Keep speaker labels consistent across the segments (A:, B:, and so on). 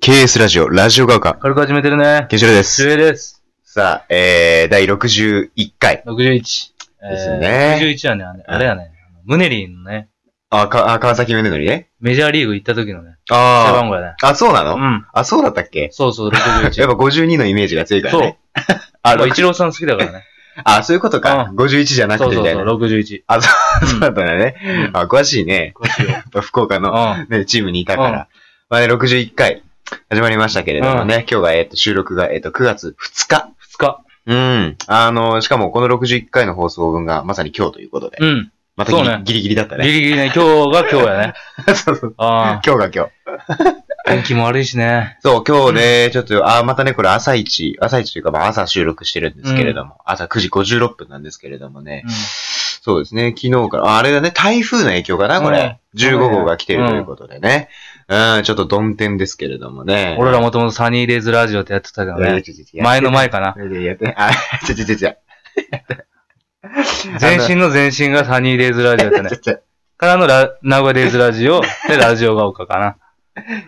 A: KS ラジオ、ラジオが丘、
B: 軽く始めてるね。
A: ケンシロウで
B: 主
A: す。
B: 演です。
A: さあ、えー、第61回。
B: 61。えー
A: ですね
B: 61はね、あれあれやね、あのムネリンのね、
A: あ、か、あ、川崎宗則ね。
B: メジャーリーグ行った時のね、背
A: あ
B: 番号やね。
A: あ。あ、そうな
B: う
A: の
B: ん。
A: あ、そうだったっけ
B: そうそう、
A: やっ
B: 61。
A: ぱ52のイメージが強いから
B: そう
A: ね。。 あ、
B: 俺
A: 六
B: 一郎さん好きだからね。
A: あ、そういうことか。51じゃな
B: そ
A: く
B: う
A: て
B: そ
A: み
B: う
A: た
B: そ、
A: いうな。
B: 61。
A: あ、そううだったんだね。
B: ん。
A: あ、詳しいね。
B: 詳しい よ。
A: やっぱ福岡の、
B: う
A: ね、チームにいたから。まあね、61回始まりましたけれどもね、今日が、えっと、収録が、えっと、9月2日。
B: ん。2日。
A: うん。あの、しかもこの61回の放送分がまさに今日ということで。
B: うん。
A: またギリ,、
B: そうね
A: ギリギリだった
B: ギ
A: ね。
B: リギリね、今日が今日やね。
A: そうそう。
B: ああ。
A: 今日が今日。
B: 天気も悪いしね。
A: そう、今日ね、ちょっと、あ、またね、これ朝一、朝一というか、まあ朝収録してるんですけれども、朝9時56分なんですけれどもね、
B: うん
A: そうですね、昨日から、ああれだね、台風の影響かな、これ。15号が来てるということでね。うん、ちょっと鈍天ですけれどもね。
B: 俺らもともとサニーデイズラジオってやってたけど
A: いやいや
B: ね。
A: ちょちょちょ
B: 前の前かな。
A: いやいややって、あ、ちょちょちょちょ。
B: 全身の全身がサニーデイズラジオやっ たね
A: ちょ。ちょ。い
B: からのラ、名古屋デイズラジオ、で、ラジオが丘かな。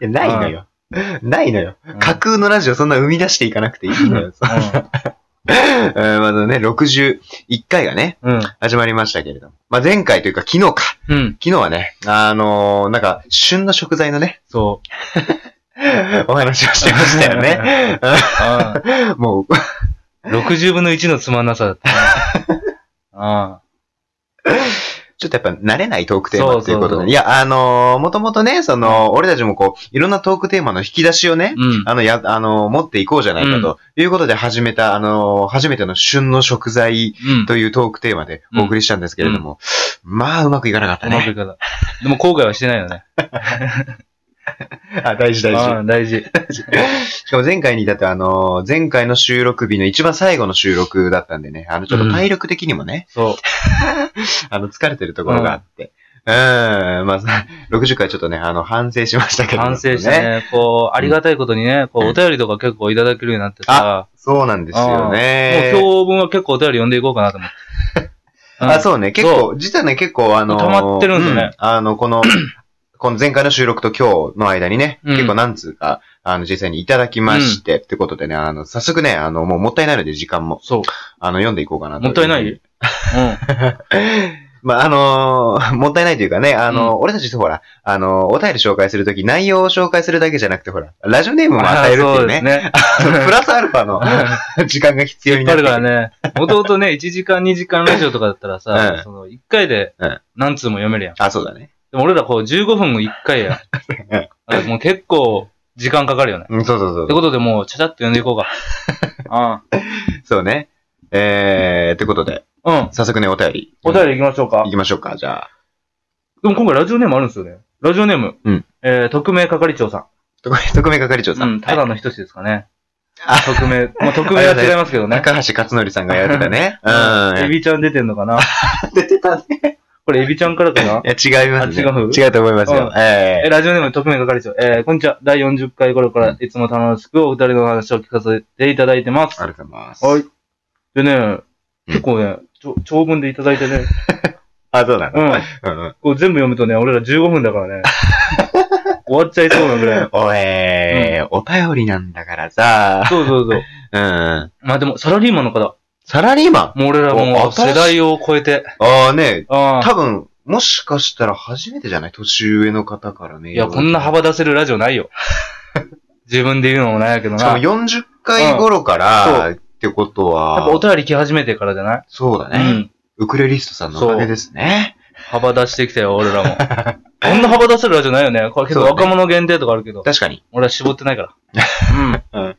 A: やないのよ。ないのよ。
B: うん
A: 架空のラジオそんな生み出していかなくていい のよ。うん、まずね、61回がね、
B: うん。
A: 始まりましたけれども。まあ、前回というか昨日か。
B: うん。
A: 昨日はね、あのーなんか、旬の食材のね、
B: そう。
A: お話をしてましたよね。
B: あ
A: もう、
B: あ60分の1のつまんなさ だったね。ああ
A: ちょっとやっぱ慣れないトークテー
B: そ
A: マ
B: う
A: と
B: そ
A: い
B: うそう
A: うことで。いや、あのー、もともとね、その、俺たちもこう、いろんなトークテーマの引き出しをね、
B: うん。
A: あの、や、あのー、持っていこうじゃないかと、いうことで始めた、あのー、初めての旬の食材
B: うん。
A: というトークテーマでお送りしたんですけれども、まあ、うまくいかなかった
B: うまく
A: ね。
B: いかないでも後悔はしてないよね。
A: あ、大事大
B: あ
A: 事。
B: あ大事。
A: しかも前回に至ってはあのー、前回の収録日の一番最後の収録だったんでね、あの、ちょっと体力的にもね、
B: そ
A: あの、疲れてるところがあって。うーん、まあ、 さ60回ちょっとね、あの、反省しましたけれ
B: う。
A: ども、
B: 反省して。ね、こう、ありがたいことにね、こ
A: う
B: う、
A: ん
B: お便りとか結構いただけるようになってさ、
A: そうなんですよね。
B: もう今日分は結構お便り読んでいこうかなと思って。うん
A: あ、そうね、結構、実はね、結構あのー、
B: 溜まってるんだね
A: うあの、 この、この前回の収録と今日の間にね、
B: うん
A: 結構何通か、あの、実際にいただきまして、ってことでね、あの、早速ね、あの、もうもったいないので時間も、
B: そ
A: あの、読んでいこうかな
B: う。
A: と。
B: もったいないうん。
A: まあ、あのーもったいないというかね、あのー俺たちってほら、あのーお便り紹介するとき、内容を紹介するだけじゃなくて、ほら、ラジオ ネームも与えるって
B: ああ
A: い
B: そううです
A: ね、
B: ね。
A: プラスアルファ の 時間が必要に
B: 引っ
A: な
B: 張
A: って
B: る
A: く
B: から
A: る。
B: ね。もともとね、1時間、2時間ラジオとかだったらさ
A: う、ん
B: その1回で
A: うん
B: 何通も読めるやん。
A: あ、そうだね。
B: でも俺らこう15分も1 回やん。だからもう結構時間かかるよね。
A: うん、そうそう
B: って
A: そう。
B: ことでもうちゃちゃっと読んでいこうか。 あ
A: そうね。えー、ってことで、
B: あうん。
A: 早速ね、お便り。
B: お便り行きましょうか
A: 行。きましょうか、じゃあ。
B: でも今回ラジオネームあるんですよね。ラジオネーム。
A: うん
B: えー、匿名係長さ
A: 特命特命係長
B: ん。
A: さ。
B: うんん。ただの人志ですかね。
A: あ
B: 匿 名。まあ、匿名は違いますけどね。
A: 高橋克典さんがやってたね。うん。
B: エビちゃん出てんのかな
A: 出てたね。
B: これエビちゃんからか ない
A: や、違いますね。
B: あ違う
A: 違うと思いますよ。
B: う
A: え
B: えー、ラジオネーム特命係長。えー、こんにちは。第40回頃か
A: う
B: らいつも楽しくお二人のお話を聞かせていただいてます。
A: ー、ありがとうございます。
B: はい。でね、結構ね、ちょ長文でいただいてね、
A: あ、そうな
B: う
A: の。
B: ん。
A: うんうん。
B: こう全部読むとね、俺ら15分だからね、 終わっちゃいそうなぐらい。
A: おえー、お便りなんだからさ。
B: そうそうそ
A: う
B: う。
A: ん。
B: まあでも、サラリーマンの方、
A: サラリーマン
B: もう俺らも
A: お新
B: う
A: しい
B: 世代を超えて、
A: ああね、
B: ああ
A: 多分、もしかしたら初めてじゃない年上の方からね。
B: いや、こんな幅出せるラジオな いよ。自分で言うのもないけど
A: し
B: な。
A: かも
B: やっ
A: 40回頃から、ってこと
B: ぱ
A: は、
B: お便り来始めてからじゃない
A: そうだ
B: う
A: ね、
B: ん。
A: ウクレリストさんのおかげですね。
B: 幅出してきたよ、俺らも。 こんな幅出せるラジオないよ ね。これ結
A: そ
B: 構
A: うだね
B: 若者限定とかあるけど。
A: 確かに。
B: 俺は絞ってな いから。
A: うん。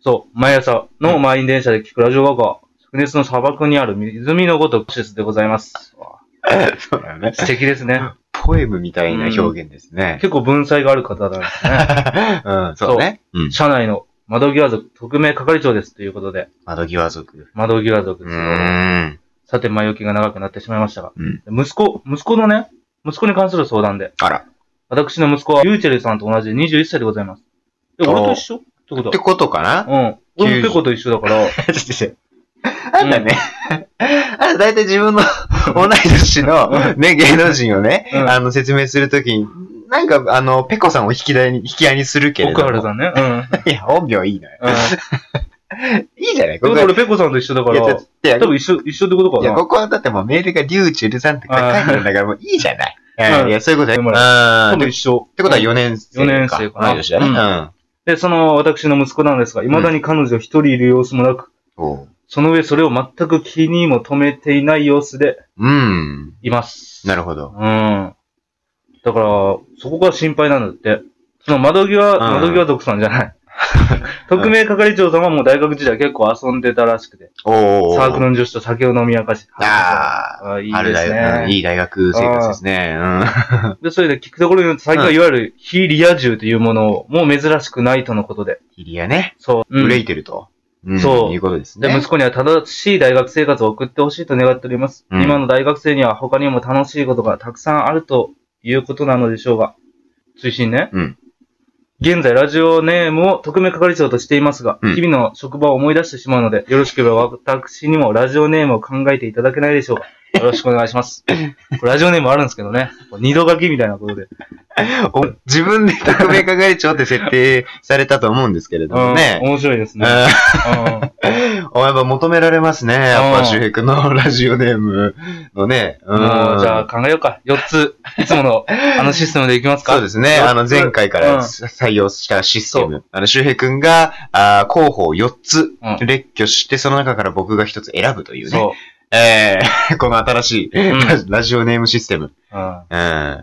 B: そう。毎朝の満員電車で聞くラジオが丘。灼熱の砂漠にある湖のごとく施設でございます。
A: そうだよね
B: 素敵ですね。
A: ポエムみたいな表現ですね。
B: 結構文才がある方なんですね。
A: うん、そうだね。うん。
B: 社内の窓際族、特命係長ですということで、
A: 窓際族。
B: 窓際族
A: う
B: で
A: ー
B: すよ。
A: ん。
B: さて、前置きが長くなってしまいましたが、
A: うん
B: 息子、息子のね、息子に関する相談で、
A: あら。
B: 私の息子はユーチェルさんと同じ21歳でございます。え、
A: おー
B: 俺と一緒ってこと
A: ってことかな
B: うん。俺もペコと一緒だから、
A: あんたね、あんた大体自分の同い年の、ね、芸能人をね、
B: うん
A: あの、説明するときに、なんか、あの、ペコさんを引き合いに、引き合いにするけれど
B: 奥
A: も。
B: 原さんね。 うん。
A: いや、本名いいのよ。
B: う
A: いいじゃない、こ
B: ん。
A: こ
B: でも俺、ペコさんと一緒だか
A: いや、だ
B: ら
A: っ、て
B: 多分一緒、一緒ってこと
A: い
B: か
A: や、
B: な。
A: ここはだってもうメールがリューチェルさんって書いてあるんだから、もういいじゃない。
B: うん
A: うんいや、そういうことね。
B: で
A: う
B: もね多
A: ん。
B: 分
A: で
B: 一緒。
A: ってことは
B: うん
A: 4年生か。
B: 四年生かな
A: 同い年だね。うん。
B: で、その、私の息子なんですが、未だに彼女一人いる様子もなく、
A: そう。
B: その上それを全く気にも留めていない様子で
A: うん。
B: います。
A: なるほど。
B: うん。だから、そこが心配なんだって。その窓際、
A: ん
B: 窓際徳さんじ ゃない。特命係長さんはもう大学時代結構遊んでたらしくて、
A: おーおー。
B: サークルの女子と酒を飲み明かし、
A: あ
B: ああ、いい
A: ある
B: で
A: 大
B: す
A: 学、うん
B: ね。
A: いい大学生活ですね。 うん。
B: で、それで聞くところによると、最近はいわゆる非リア充というものを、もう珍しくないとのことで。
A: ヒリアね。
B: そう。うん
A: 憂いてると。うん
B: そう
A: いうことです
B: で、
A: ね
B: 息。子には正しい大学生活を送ってほしいと願っております。
A: うん
B: 今の大学生には他にも楽しいことがたくさんあるということなのでしょうが、追伸ね。
A: うん
B: 現在、ラジオネームを特命係長としていますが、
A: うん
B: 日々の職場を思い出してしまうので、よろしければ私にもラジオネームを考えていただけないでしょうか。よろしくお願いし ます。これラジオネームあるんですけどね。これ二度書きみたいなことで。
A: お自分で特命係長って設定されたと思うんですけれどもね
B: うん。面白いです
A: うん
B: ね。うん
A: おやっぱ求められますね。やっぱ、周平君のラジオネームのね。うん
B: もう、じゃあ考えようか。4つ、いつもの、あのシステムでいきますか。
A: そうですね。あの、前回か
B: うん
A: ら採用したシステム。あの、周平くんが、あー候補を4つ
B: う
A: 列挙して、その中から僕が1つ選ぶというね。
B: そう。
A: えー この新しい
B: うん
A: ラジラジオネームシステム。
B: うん
A: うん。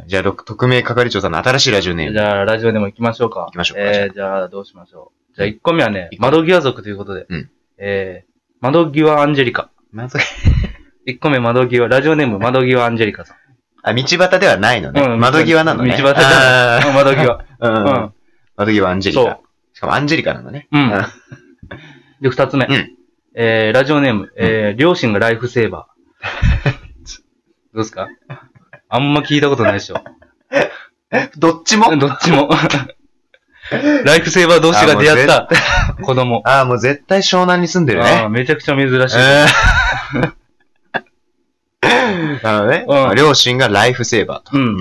A: じゃあ、ろ特命係長さんの新しいラジオネー
B: じ
A: ム。
B: ゃあ、ラジオでも行きましょうか。
A: 行きましょう
B: えー、じゃあ、どうしましょう。じゃあ、1個目はね、
A: 一個
B: 窓際族ということで。
A: うん
B: えー、窓際アンジェリカ。
A: まず
B: 1個目窓際、ラジオネーム窓際アンジェリカさん。
A: あ、道端ではないのね。
B: うん
A: 窓際なのね。
B: 道端じゃ
A: あ
B: あ窓
A: ー
B: 際。
A: うん
B: う
A: 窓際アンジェ
B: ん。
A: リカ。
B: そう。
A: しかもアンジェリカなのね。
B: うん。で、2つ目。
A: うん
B: えー、ラジオネーム、えー、両親がライフセーバ ー。どうですかあんま聞いたことないでしょ。
A: どっちも
B: どっ ちも。ライフセーバー同士が出会った子供。
A: ああ、もう絶対湘南に住んでる
B: あ
A: ね
B: ー。めちゃくちゃ珍しい。
A: うん あのね、
B: うん
A: 両親がライフセーバーと。
B: うん
A: ん。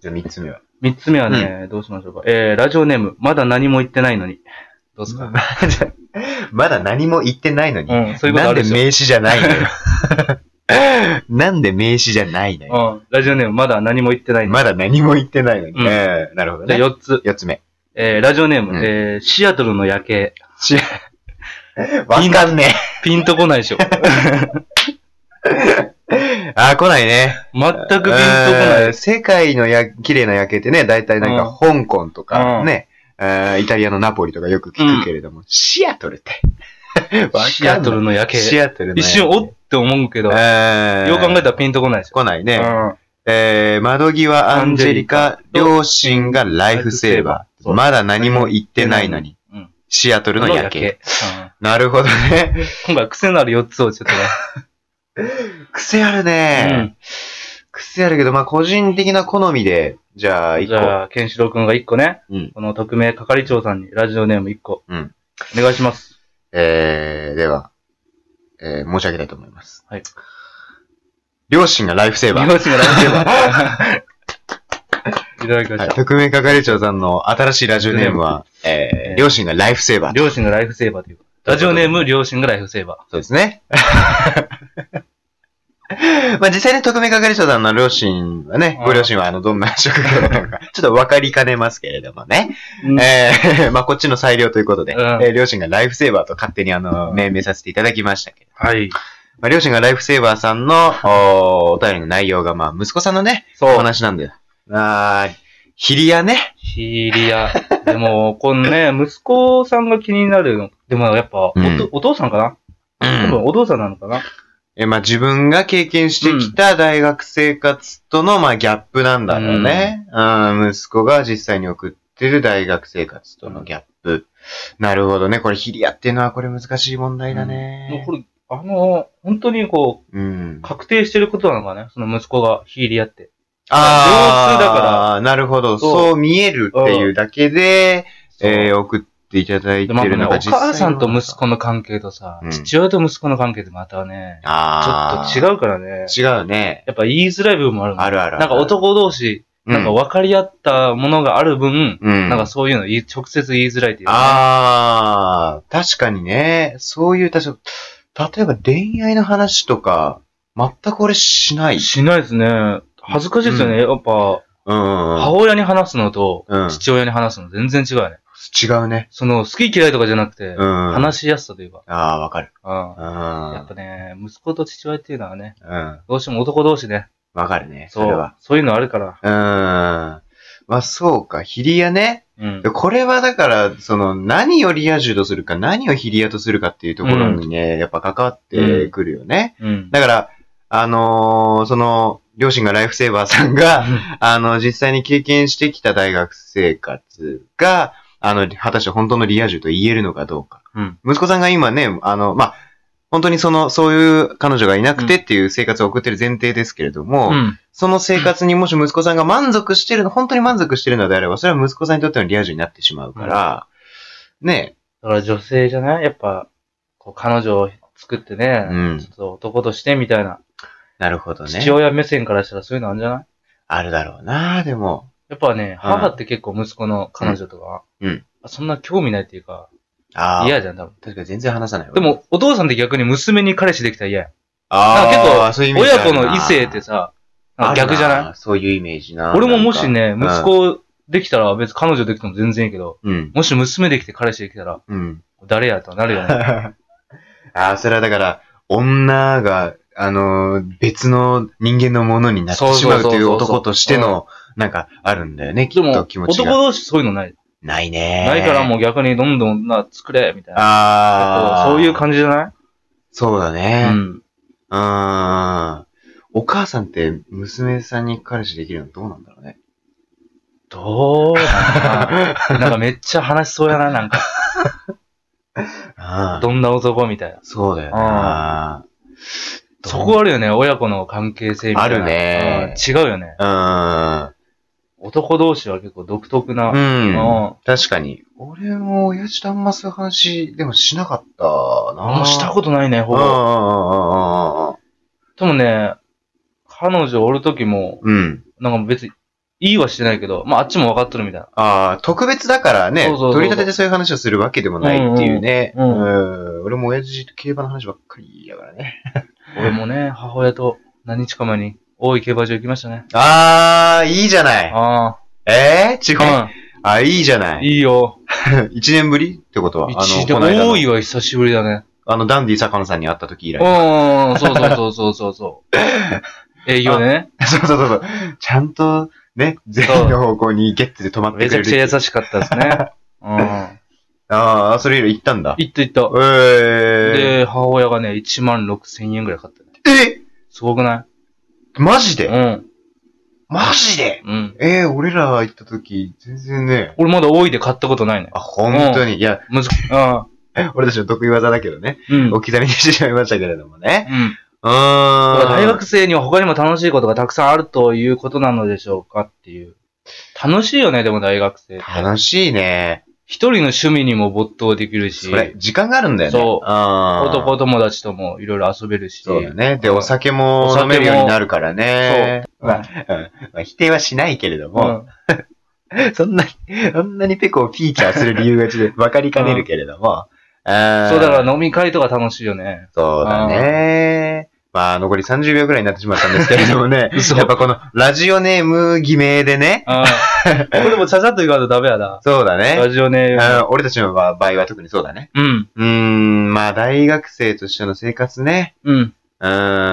A: じゃあ三つ目は。
B: 三つ目はね、どうしましょうか。えー、ラジオネーム、まだ何も言ってないのに。どうですか、
A: まだ何も言ってないのに。
B: うん、そういうこと
A: な
B: あ
A: ん
B: る
A: で
B: でし
A: 名詞じゃないのよ。 なんで名詞じゃないのよ。
B: ょ。うん、ラジオネーム、まだ何も言ってないのに。
A: まだ何も言ってないのに。
B: うん
A: えーなるほど
B: じゃあ
A: ね。
B: 四つ。
A: 四つ目。
B: えー、ラジオネーム、
A: うん
B: えー、シアトルの夜景。
A: わかんね
B: ピンとこないでしょ。全く
A: え。あー、来ないね。
B: ピンとこ
A: え
B: な
A: ー
B: い。
A: 世界のや綺麗な夜景ってね、大体なんか香港とか
B: うん
A: ね、えーイタリアのナポリとかよく聞くけれども、シアトルって。 わかんない
B: シアトルの夜景。
A: シアトルの夜景
B: 一瞬、おって思うけど、よ
A: えー
B: う考えたらピンとこないでしょ。
A: 来ないね。
B: うん
A: えー、窓際アンジェリカ、両親がライフセーバ
B: そ
A: ー。
B: う
A: まだ何も言ってないのに。
B: うん。
A: シアトルの夜景。
B: うん
A: なるほどね。
B: 今回癖のある四つをちょっとね。
A: 癖ある
B: うん
A: ね。癖あるけど、まあ個人的な好みで、じゃあ一
B: じ
A: 個。
B: ゃあ、ケンシロウくんが1個ね、
A: うん
B: この特命係長さんにラジオネーム1個、
A: うん
B: お願いします。
A: えー、では、えー、申し上げたいと思います。
B: はい。
A: 両親がライフセーバー。
B: 両親がラジオネー ム。いただきま
A: はい
B: した。
A: 特命係長さんの新しいラジオネームは、えー、両親がライフセーバーと。
B: 両親がライフセーバーという。ラジオネーム、両親がライフセーバ
A: そうです ね。まあ実際に特命係長さんの両親はね
B: う、ん
A: ご両親はあの、どんな職業だったの か、ちょっと分かりかねますけれどもね。
B: ー。うん
A: えー、 まあこっちの裁量ということで、
B: うん
A: えー両親がライフセーバーと勝手にあの、
B: うん
A: 命名させていただきましたけど、
B: はい。
A: まあ両親がライフセーバーさんのおお便りの内容が、まあ息子さんのね、
B: そ
A: お
B: う。
A: 話なんだよ。あー、ヒリアね。
B: ヒーリア。でも、このね、 息子さんが気になるの。でもやっぱ、
A: うん
B: おとお父さんか
A: う
B: な多分お父さんなのかな、
A: え、まあ、自分が経験してきた大学生活との、まあ、ギャップなんだろうね。うん、息子が実際に送ってる大学生活とのギャップ。なるほどね。これ、ヒリアっていうのは、これ難しい問題だ
B: もう
A: ね
B: こ。れ、あの、本当にこう、
A: うん。
B: 確定してることなのかねその息子がヒーリアって。
A: ああ、
B: 両通だか
A: なるほど。
B: そう
A: そう見えるっていうだけで、えー送っていただい
B: で
A: て
B: もやっ
A: る
B: ぱね、
A: の
B: お
A: が実際
B: 母さんと息
A: 子。
B: 子の関係とさ、
A: うん
B: 父親と息子の関係ってまたね、ちょ
A: ああ。
B: っと違うからね。
A: 違う。違うね。
B: やっぱ言いづらい部分もあるもん
A: あるあるある
B: なんか男同士、なんか分かり合ったものがある分、
A: うん。
B: なんかそういうの言い直接言いづらいというか
A: ああ、確かにね。そういう、確か、例えば恋愛の話とか、全く俺しな
B: ね、
A: い。
B: しないですね。恥ずかしいですよね。やっぱ、
A: うん
B: 母
A: うん
B: 親に話すのと
A: うん、
B: 父親に話すの全然違うよね。
A: 違うね。
B: その、好き嫌いとかじゃなくて
A: う、ん。
B: 話しやすさというか、
A: ああ、わかる。
B: うん
A: うん。
B: やっぱね、息子と父親っていうのはね、
A: うん。
B: どうしても男同士ね、
A: わかるね。そ
B: そ
A: れ
B: う
A: は。、
B: そういうのあるから。
A: うん。まあ、そうか。ヒリアね。
B: うん。
A: これはだから、その、何をリア充とするか、何をヒリアとするかっていうところにね、やっぱ関わってくるよね。
B: うん。
A: だから、あのーその、両親がライフセーバーさんが、あの、実際に経験してきた大学生活が、あの、果たして本当のリア充と言えるのかどうか。
B: うん
A: 息子さんが今ね、あの、まあ、本当にその、そういう彼女がいなくてっていう生活を送ってる前提ですけれども、
B: うん。
A: その生活にもし息子さんが満足してるの、本当に満足してるのであれば、それは息子さんにとってのリア充になってしまうから、ね
B: だから女性じゃないやっぱ、こう、彼女を作ってね、
A: うん
B: ちょっと男としてみたいな、
A: なるほどね
B: 父。親目線からしたらそういうのあるんじゃない
A: あるだろうな、でも。
B: やっぱね、母って結構息子の彼女とか、
A: うん
B: そんな興味ないっていうか、
A: ああ。
B: 嫌じゃん、多分。
A: 確かに全然話さないわ
B: で、も、お父さんって逆に娘に彼氏できたら嫌やん。
A: あ
B: なんか結
A: あ、
B: 構
A: そういうイメージあ
B: 親
A: る
B: 子
A: な
B: の異性ってさ、なんか逆じゃない
A: いそういうイメージな。
B: 俺ももしね、
A: なんか
B: 息子できたら別に彼女できても全然いいけど、
A: うん。
B: もし娘できて彼氏できたら、
A: うん。
B: 誰やとなるよね。
A: ああ、それはだから、女が、あのー、別の人間のものになってしまうという
B: そうそうそうそう
A: 男としての、なんか、あるんだよね、き
B: で
A: っ
B: も、
A: と気持ち
B: 男
A: が。
B: 同士そういうのない。
A: ないね。
B: ないからも
A: う。
B: う逆にどんどんな作れ、みたいな。
A: ああ。
B: そういう感じじゃない
A: そうだ
B: う
A: ね。
B: ん。
A: うーん。お母さんって娘さんに彼氏できるのどうなんだろうね。
B: どうかななんかめっちゃ話しそうやな、なんか。
A: ああ。
B: どんな男みたいな。
A: そうだよな。
B: そこあるよね、親子の関係性みたいな。
A: あるね
B: うん違うよね。
A: は、
B: 男同士は結構独特な。
A: う。
B: うん
A: うん。
B: ん。
A: 確かに。俺も親父とあんまそういう話、でもしなかったな
B: あんましたことないね、
A: と
B: ほ
A: うんう
B: ぼ。
A: ん
B: でもね、彼女おるときも、
A: うんうんうん。うん。
B: なんか別に、いいはしてないけど、まああっちも分かっとるみたいな。
A: ああ、特別だからね、
B: そうそうそう
A: 取り立ててそういう話をするわけでもないっていうね。
B: うんうん
A: うん俺も親父と競馬の話ばっかりやからね。
B: 俺もね、母親と何日か前に大井競馬場行きましたね。
A: ああ、いいじゃない。
B: あ
A: ええ違う。
B: あ、
A: あ、いいじゃな
B: うん、
A: い。
B: いいよ。
A: 一年ぶりってことは、あ
B: 一
A: の、
B: で
A: この間
B: 大井
A: の、
B: は久しぶりだね。
A: あの、ダンディ坂野さんに会った時以来。
B: うん、そうそうそうそうそうそう。 営業でね。
A: そうそうそうそう。ちゃんと、ね、全員の方向にゲッツで止まって
B: め
A: く
B: ち
A: れ
B: ゃ
A: る
B: く。ちゃ優しかったですね。うん。
A: ああ、それ以来行ったんだ。
B: 行った行っ
A: え
B: た。
A: え
B: で、母親がね、1万6千円ぐらい買ったね。
A: え
B: すごくな
A: マジ
B: い
A: で、
B: うん。
A: マジで
B: うん。
A: ええ俺ら行った時、全然ね。
B: 俺まだ大井で買ったことないね。
A: あ、本当に。いや、
B: むず、うん。
A: 俺たちの得意技だけどね。
B: う ん。
A: 置き去りにしてしまいましたけれどもね。
B: うん。
A: うーん。大
B: 大学生には他にも楽しいことがたくさんあるということなのでしょうかっていう。楽しいよね、でも大学生って。
A: 楽しいね。
B: 一人の趣味にも没頭できるし
A: そ、れ、時間があるんだよね。
B: そう
A: あー
B: 男友達ともいろいろ遊べるし。
A: そうだね。で、
B: うん
A: お酒も
B: お酒も
A: 飲めるようになるからね。
B: そう
A: まあうんまあ、否定はしないけれど
B: う
A: も、
B: ん。
A: そんなに、そんなにペコをフィーチャーする理由がちで分かりかねるけれども。あー
B: そうだから飲み会とか楽しいよね。。
A: そうだね。まあ、残り30秒くらいになってしまったんですけれどもね
B: 嘘
A: やっぱこの、ラジオネーム偽名でね。
B: う ん。これもちゃちゃっと言わんとダメやな。
A: そうだね
B: ラ。ジオネーム。
A: あー俺たちの場合は特にそうだね。
B: うん。
A: うーん、まあ、大学生としての生活ね。
B: うん。
A: うーん。。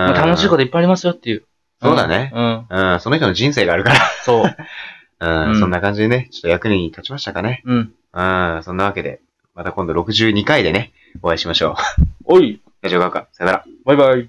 B: まあ楽しいことといっぱいありますよっていう。
A: そうだね。
B: うん。
A: うん、その人の人生があるから。
B: そう。
A: うん
B: うん
A: そんな感じでね、ちょっと役に立ちましたかね。
B: うん。
A: うん、そんなわけで、また今度62回でね、お会いしましょう。
B: おい、
A: 大丈夫かさよなら。
B: バイバイ。